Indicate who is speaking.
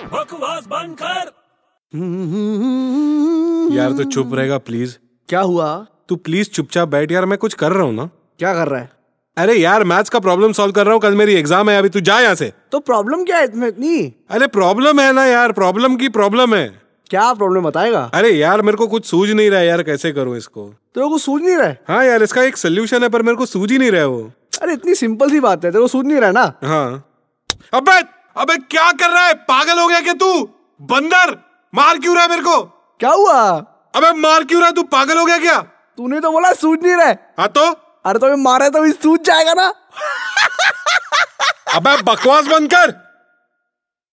Speaker 1: आवाज बंद कर
Speaker 2: यार तू चुप रहेगा प्लीज
Speaker 3: क्या हुआ
Speaker 2: तू प्लीज चुपचाप बैठ यार मैं कुछ कर रहा हूँ ना
Speaker 3: क्या कर रहा है
Speaker 2: अरे यार मैथ्स का प्रॉब्लम सॉल्व कर रहा हूँ कल मेरी एग्जाम है अभी तू जा यहाँ से
Speaker 3: तो प्रॉब्लम क्या है इसमें इतनी
Speaker 2: अरे प्रॉब्लम है ना यार प्रॉब्लम की प्रॉब्लम है
Speaker 3: क्या प्रॉब्लम बताएगा
Speaker 2: अरे यार मेरे को कुछ सूझ नहीं रहा है यार कैसे करूँ इसको
Speaker 3: तेरे को सूझ नहीं रहा है
Speaker 2: हाँ यार इसका एक सोल्यूशन है पर मेरे को सूझ ही नहीं रहा है वो
Speaker 3: अरे इतनी सिंपल सी बात है तेरे को सूझ नहीं रहा है ना
Speaker 2: हाँ अबे अबे क्या कर रहा है पागल हो गया क्या तू बंदर मार क्यों रहा है मेरे को
Speaker 3: क्या हुआ
Speaker 2: अबे मार क्यों रहा है? तू पागल हो गया क्या
Speaker 3: तूने तो बोला सूझ नहीं रहा है
Speaker 2: हाँ तो
Speaker 3: अरे तो मारा तो भी सूझ जाएगा ना
Speaker 2: अबे बकवास बंद कर